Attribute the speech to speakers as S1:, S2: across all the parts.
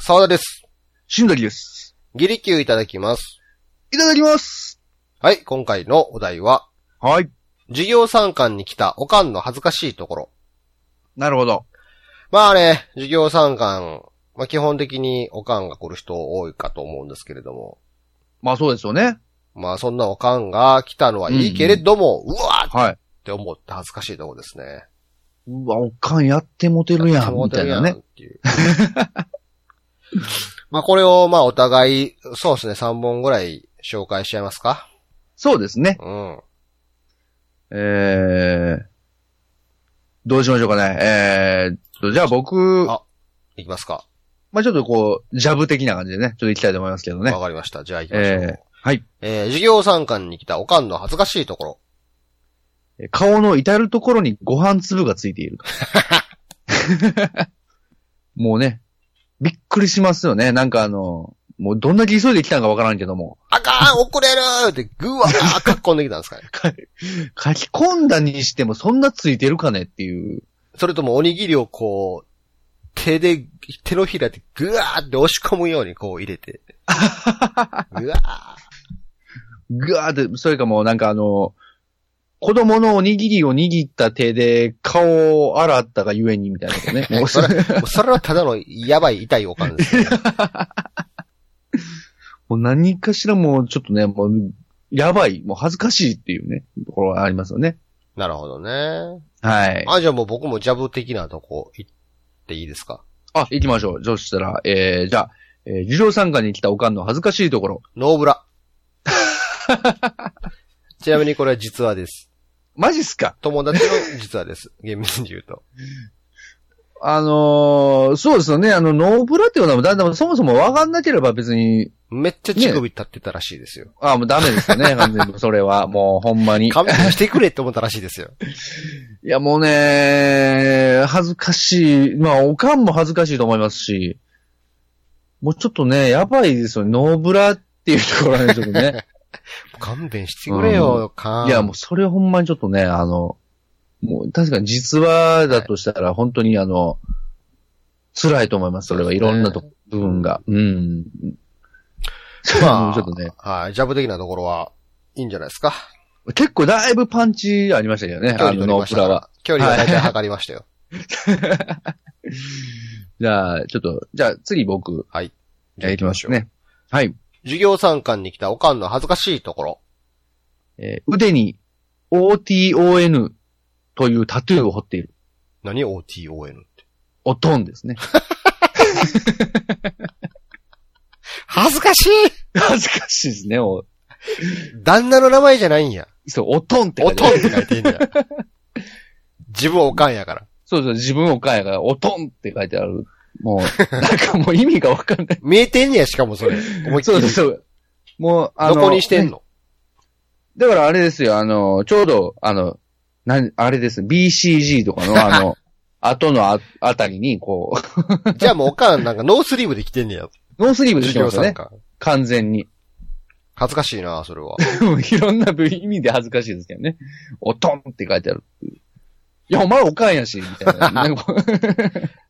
S1: 沢田です。
S2: しんどりです。
S1: ギリキューいただきます。
S2: いただきます。
S1: はい、今回のお題は、
S2: はい。
S1: 授業参観に来たおかんの恥ずかしいところ。
S2: なるほど。
S1: まあね、授業参観、まあ基本的におかんが来る人多いかと思うんですけれども、
S2: まあそうですよね。
S1: まあそんなおかんが来たのはいいけれども、うわーっ
S2: はい。
S1: て思って恥ずかしいところですね。
S2: うわ、おかんやってモテるやん、みたいなね。
S1: っていう。 まあこれをまあお互い、そうですね、3本ぐらい紹介しちゃいますか。
S2: そうですね。
S1: うん。
S2: えー、どうしましょうかね。えーっと、じゃあ僕、
S1: あいきますか。
S2: まあちょっとこう、ジャブ的な感じでね、ちょっと行きたいと思いますけどね
S1: わ。かりました。じゃあ行きましょう。
S2: えー、はい。
S1: えー授業参観に来たおかんの恥ずかしいところ。
S2: 顔の至るところにご飯粒がついてい ると。もうね、びっくりしますよね。なんかあの、もうどんだけ急いで来たんかわからんけども、
S1: あかん遅れるってぐわーかっこんできたんですかね。
S2: 書き込んだにしてもそんなついてるかねっていう。
S1: それともおにぎりをこう、手で、手のひらでぐわーって押し込むようにこう入れて。ぐわ
S2: ぐわーって、それかもうなんかあの、子供のおにぎりを握った手で顔を洗ったがゆえにみたいなことね。もう それ、
S1: ー。もうそれはただのやばい痛いおかんですね。
S2: もう何かしらもうちょっとね、もう、やばい、もう恥ずかしいっていうね、ところがありますよね。
S1: なるほどね。
S2: はい。
S1: あ、じゃあもう僕もジャブ的なとこ行っていいですか
S2: あ、行きましょう。そしたら、えー、じゃあ、えー、授業参加に来たおかんの恥ずかしいところ。
S1: ノーブラ。 ちなみにこれは実話です。
S2: マジっすか
S1: 友達の実話です。厳密に言うと。
S2: あのー、そうですよね。あの、ノーブラっていうのは、だんだんそもそもわかんなければ別に、
S1: めっちゃ乳首立ってたらしいですよ。
S2: あもうダメですよ ね。完全にそれは、もうほんまに。
S1: 勘弁してくれって思ったらしいですよ。
S2: いや、もうね、恥ずかしい。まあ、おかんも恥ずかしいと思いますし、もうちょっとね、やばいですよね。ノーブラっていうところなんでしょう ね。
S1: 勘弁してくれよ、勘。
S2: いや、もうそれほんまにちょっとね、あの、もう確かに実話だとしたら、本当にあの、辛いと思います。それ
S1: そ
S2: は
S1: う
S2: い
S1: ですね
S2: ろんなと部分が。うん。
S1: まあ
S2: ちょっとね、
S1: はい、ジャブ的なところはいいんじゃないですか。
S2: 結構だいぶパンチありましたけどね、
S1: 距
S2: あ
S1: 離
S2: の、
S1: 取り
S2: ノ
S1: ま
S2: ー
S1: し
S2: ブ
S1: た
S2: ラ
S1: か
S2: は。
S1: ら。距離は大体測りま したよ。
S2: じゃあ、ちょっと、じゃあ次僕、じゃあ行きましょう。ね。はい。
S1: 授業参観に来たおかんの恥ずかしいところ。
S2: えー腕に OTON というタトゥーを彫っている。
S1: 何 ?OTON って。
S2: おとんですね。
S1: 恥ずかしい
S2: 恥ずかしいですね。お
S1: 旦那の名前じゃないんや。
S2: そう、おとんって書
S1: お
S2: いて
S1: と
S2: あ
S1: んって
S2: る。
S1: 書いてんや。自分おかんやから。
S2: そうそう、自分おかんやから、おとんって書いてある。もう、 なんかもう意味がわかんない。
S1: 見えてんねや、しかもそれ。思いっき
S2: そうそう
S1: り。
S2: そう。もう、あ
S1: ど
S2: の、
S1: こにしてんの
S2: だからあれですよ、あの、ちょうど、あの、なん、あれです、BCG とかの、あ の、後のあ、あたりに、こ
S1: じゃあもうおかんなんかノースリーブで来てんねや。
S2: う、ノースリーブでし
S1: 授
S2: て
S1: 業
S2: ます
S1: 参
S2: よね。
S1: 観。
S2: 完全に。
S1: 恥ずかしいな、それは。
S2: もういろんな意味で恥ずかしいですけどね。おとんって書いてあるっていう。いや、お前おかんやし、みた いな。なんかこ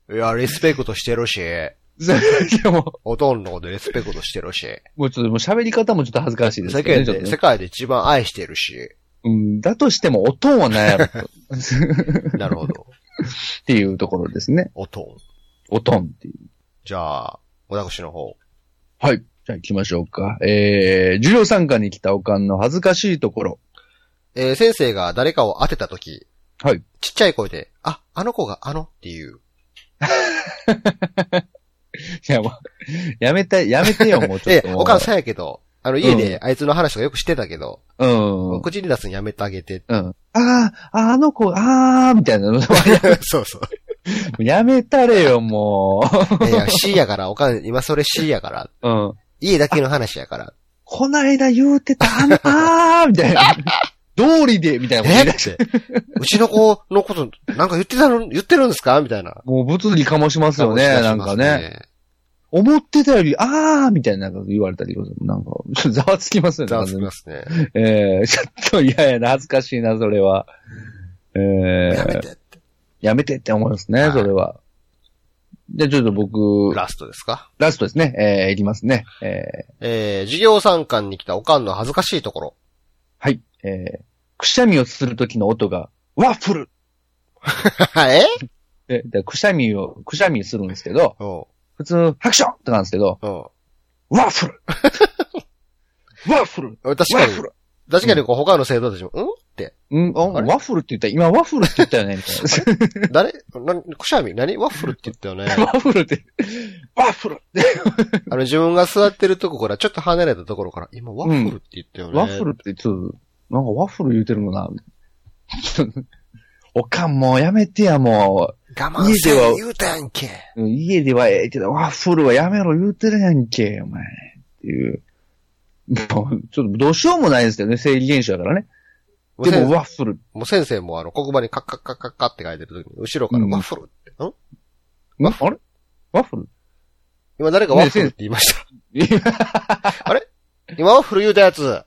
S2: う
S1: いや、リスペクトしてるし、
S2: そういやも
S1: おとんのことリスペクトしてるし、
S2: う、もうちょっともう喋り方もちょっと恥ずかしいです
S1: 世
S2: けど
S1: 界
S2: ね。ちょっ
S1: で、
S2: とね
S1: 世界で一番愛してる し、
S2: うん、だとしても、おとんは何やろっ
S1: なるほど。
S2: ていうところですね。
S1: おとん。
S2: おとんっていう。
S1: じゃあ、私の方。
S2: はい。じゃあ行きましょうか。えー、授業参加に来たおかんの恥ずかしいところ。
S1: えー先生が誰かを当てたとき、
S2: はい。
S1: ちっちゃい声で、あ、あの子があのっていう。
S2: いや、もう、やめたい、やめてよ、もうちょ っ
S1: え
S2: と。、もう
S1: お母さんやけど、あの、家であいつの話とかよくしてたけど、
S2: うん。うん。
S1: 口に出すのやめてあげ て。
S2: ああ、あの子、あー、みたいなの。
S1: そうそう。
S2: やめたれよ、も
S1: いやいや、C やから、おかん、今それ C やから。
S2: う。うん。
S1: 家だけの話やから。
S2: こないだ言うてた、あの、あーみたいな。 道理で、みたいなこと
S1: え
S2: 言い
S1: っ
S2: 出し
S1: て。
S2: て
S1: うちの子のこと、なんか言ってたの、言ってるんですかみたいな。
S2: もう物理かもしますよね、なんかね。
S1: ね。
S2: 思ってたより、あーみたいなこと言われたり、なんか、ちょっとざわつきますよね。
S1: ざわつきますね。
S2: えー、ちょっと嫌やな、恥ずかしいな、それは。えー、
S1: やめて。
S2: やめてって思いますね、
S1: はい
S2: それは。じゃあちょっと僕、
S1: ラストですか
S2: ラストですね。えー、いきますね。え
S1: えー、授業参観に来たおかんの恥ずかしいところ。
S2: ー、はい。えー、くしゃみをするときの音が、ワッフル
S1: え
S2: え、でくしゃみを、くしゃみするんですけど、
S1: お
S2: 普通、ハクションってなんですけど、
S1: うん。うん
S2: ワッフル ワッフル
S1: 確か
S2: ワッ
S1: に
S2: フ、ル
S1: 確かにこう他の生徒たちも、うんって。
S2: うん、あ
S1: あれ
S2: ワッフルって言った今ワッフルって言ったよねみたい
S1: 誰なくしゃみ何ワッフルって言ったよね
S2: な。。 ワッフルって、ワッフル
S1: あの、自分が座ってるとこから、ちょっと離れたところから、今ワッフルって言ったよね。
S2: ワッフルってちょっと、なんかワッフル言うてるのな。 おかんもうやめてや、も
S1: 我慢せん言うたやんけ。
S2: う。家ではええけど、ワッフルはやめろ言うてるやんけ、お前。っていう。もうちょっとどうしようもないですけどね、生理現象だからね。
S1: もう
S2: で
S1: 先
S2: もワッフル、
S1: もう先生もあの、黒板にカッカッカッカッカって書いてる時に、後ろから
S2: うん
S1: ワッフルって、ん
S2: んあれワッフル
S1: 今誰かワッフルって言いました。
S2: いや
S1: 今ワッフル言うたやつ、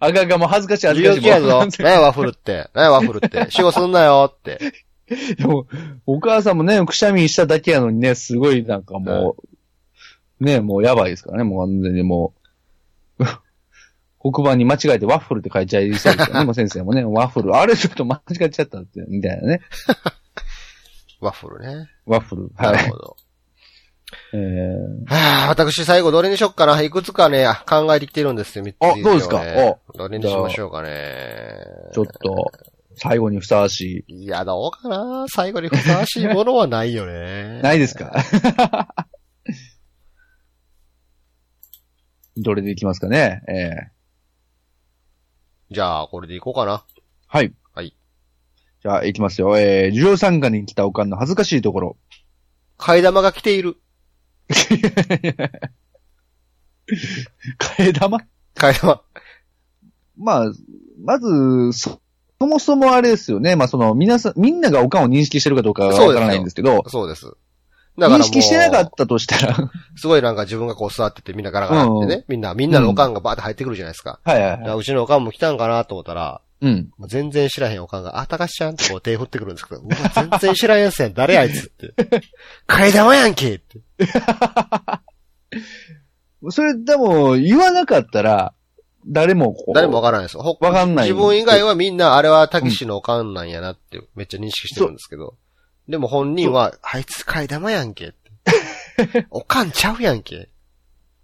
S2: あかんがもう恥ずかしい恥
S1: 授
S2: ず
S1: 業
S2: かしい。
S1: 中やぞ。何やワッフルって。何やワッフルって。死後すんなよって。
S2: でも、お母さんもね、くしゃみしただけやのにね、すごいなんかもう、ね、もうやばいですからね、もう完 全にもう、黒板に間違えてワッフルって書いちゃいそう ですよね、もう先生もね、ワッフル、あれちょっと間違っちゃったって、みたいなね、
S1: ワッフルね。
S2: ワッフル。
S1: な
S2: は
S1: る
S2: い。
S1: ほど。
S2: えー、
S1: はあ、私最後どれにしよっかな。いくつかね、考えてきてるんですよ、3つ、
S2: あどうですか
S1: どれにしましょうかね。
S2: ちょっと、最後にふさわし
S1: いや、どうかな最後にふさわしいものはないよね
S2: い。。 ないですかどれでいきますかねえー
S1: じゃあ、これでいこうかな。
S2: はい。
S1: はい。
S2: じゃあ、いきますよ。えー、授業参加に来たおかんの恥ずかしいところ。
S1: 替え玉が来ている。
S2: 替え玉
S1: 替え玉。
S2: まあ、まず、そ、そもそもあれですよね。まあ、その、皆さん、みんながおかんを認識してるかどうかはわからないんですけど、
S1: そうです。だからもう
S2: 認識してなかったとしたら、
S1: すごいなんか自分がこう座っててみんなガラガラって
S2: う
S1: ね、みんな、みんなのおかんがバーって入ってくるじゃないですか。
S2: はい
S1: だ
S2: はいは
S1: か
S2: い。
S1: らうちのおかんも来たんかなと思ったら、
S2: うん。
S1: もう全然知らへんおかんが、あ、たかしちゃんってこう手振ってくるんですけど、うわ全然知らんやつやん、誰あいつって。替え玉やんけって。
S2: それ、でも、言わなかったら、誰もこう、
S1: 誰もわからないですよ。ほ
S2: わかんない。
S1: 自分以外
S2: は、
S1: はみんな、あれはたけしのおかんなんやなって、めっちゃ認識してるんですけど。でも本人は、あいつ替え玉やんけって。おかんちゃうやんけ。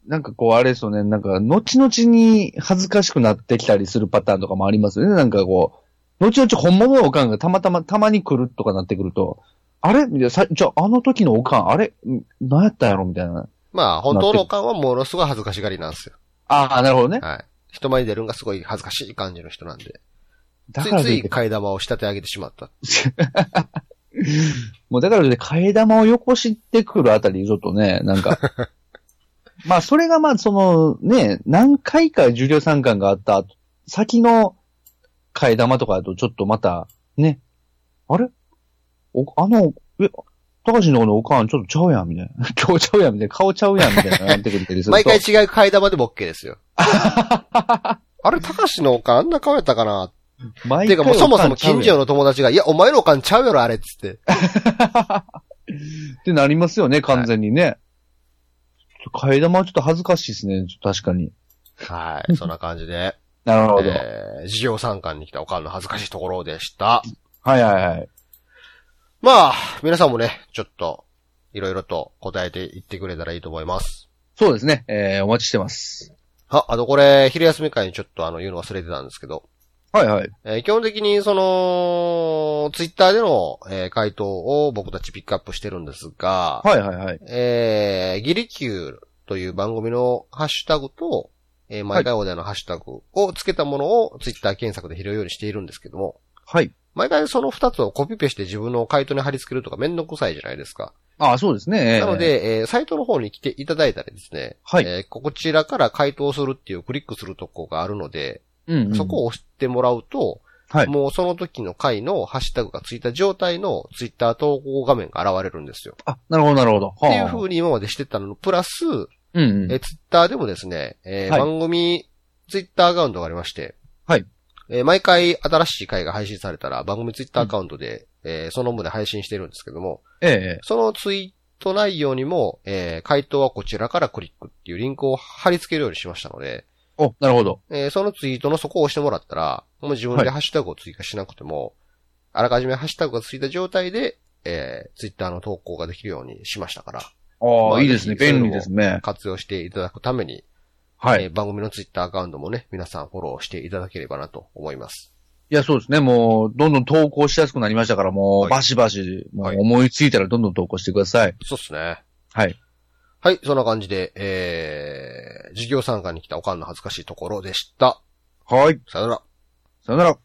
S2: なんかこう、あれですよね。なんか、後々に恥ずかしくなってきたりするパターンとかもありますよね。なんかこう、後々本物のおかんがたまたま、たまに来るとかなってくると、あれみたいな、さじゃあ、あの時のおかん、あれん何やったんやろみたいな。
S1: まあ、本当のおかんはものすごい恥ずかしがりなんですよ。
S2: ああ、なるほどね。
S1: はい。人前に出るのがすごい恥ずかしい感じの人なんで。
S2: だ
S1: つ
S2: から
S1: い
S2: と
S1: つ
S2: い
S1: い
S2: って、
S1: 替え玉を仕立て上げてしまった。
S2: もうだからといって、替え玉をよこしてくるあたり、ちょっとね、なん か。まあ、それがまあ、その、ね、何回か重量参観があった後、先の替え玉とかだと、ちょっとまた、ね、あれお、あの、え、高橋のこのおかん、ちょっとちゃうやん、みたいな。 今日ちゃうやん、みたいな。顔ちゃうやん、みたいな。なってくれたりすると。
S1: 毎回違う替え玉でも OK ですよ。 あれ、たかしのおかんあんな顔やったかな
S2: 毎
S1: ていうかもうそもそも
S2: おかんちゃうやん
S1: 近所の友達が、いや、お前のおかんちゃうやろ、あれっつって。
S2: ってなりますよね、完全にね。ちょっと替え玉はちょっと恥ずかしいですね、ちょっと確かに。
S1: はい、そんな感じで。
S2: なるほど。
S1: えー、事業参観に来たおかんの恥ずかしいところでした。
S2: はいはいはい。
S1: まあ、皆さんもね、ちょっと、いろいろと答えていってくれたらいいと思います。
S2: そうですね。えー、お待ちしてます。
S1: あ、あとこれ、昼休み会にちょっとあの、言うの忘れてたんですけど、
S2: はいはい。
S1: えー基本的にその、ツイッターでの、えー回答を僕たちピックアップしてるんですが、
S2: はいはいはい。
S1: えー、ギリキューという番組のハッシュタグと、えー毎回お題のハッシュタグをつけたものをツイッター検索で拾うようにしているんですけども、
S2: はい。
S1: 毎回その二つをコピペして自分の回答に貼り付けるとかめんどくさいじゃないですか。
S2: ああ、そうですね。えー
S1: なの、で、えーサイトの方に来ていただいたらですね、
S2: はい
S1: えーこちらから回答するっていうクリックするとこがあるので、
S2: うん、うん。
S1: そこを押してもらうと、
S2: はい
S1: もうその時の回のハッシュタグがついた状態のツイッター投稿画面が現れるんですよ。
S2: あ、なるほどなるほど。はあ
S1: っていう風に今までしてたの、プラス、
S2: うん、う
S1: え
S2: ん。
S1: ツイッターでもですね、えー
S2: はい
S1: 番組ツイッターアカウントがありまして、
S2: はい
S1: えー毎回新しい回が配信されたら番組ツイッターアカウントで、えーその旨配信してるんですけども、
S2: ええ。
S1: そのツイート内容にも、えー回答はこちらからクリックっていうリンクを貼り付けるようにしましたので、
S2: お、なるほど。
S1: えーそのツイートのそこを押してもらったら、もう自分でハッシュタグを追加しなくても、あらかじめハッシュタグがついた状態で、えー、ツイッターの投稿ができるようにしましたから、
S2: あ
S1: ま
S2: あ、
S1: あ
S2: いいですね。
S1: ぜひ
S2: 便利ですね。
S1: 活用していただくために、
S2: は
S1: えー
S2: い。
S1: 番組のツイッターアカウントもね、皆さんフォローしていただければなと思います。
S2: いや、そうですね。もう、どんどん投稿しやすくなりましたから、も
S1: は
S2: う、
S1: い
S2: バシバシ、も
S1: はいう
S2: 思いついたらどんどん投稿してください。
S1: そうっすね。
S2: はい。
S1: はい、そんな感じで、えー、授業参加に来たおかんの恥ずかしいところでした。
S2: はい。
S1: さよなら。
S2: さよなら。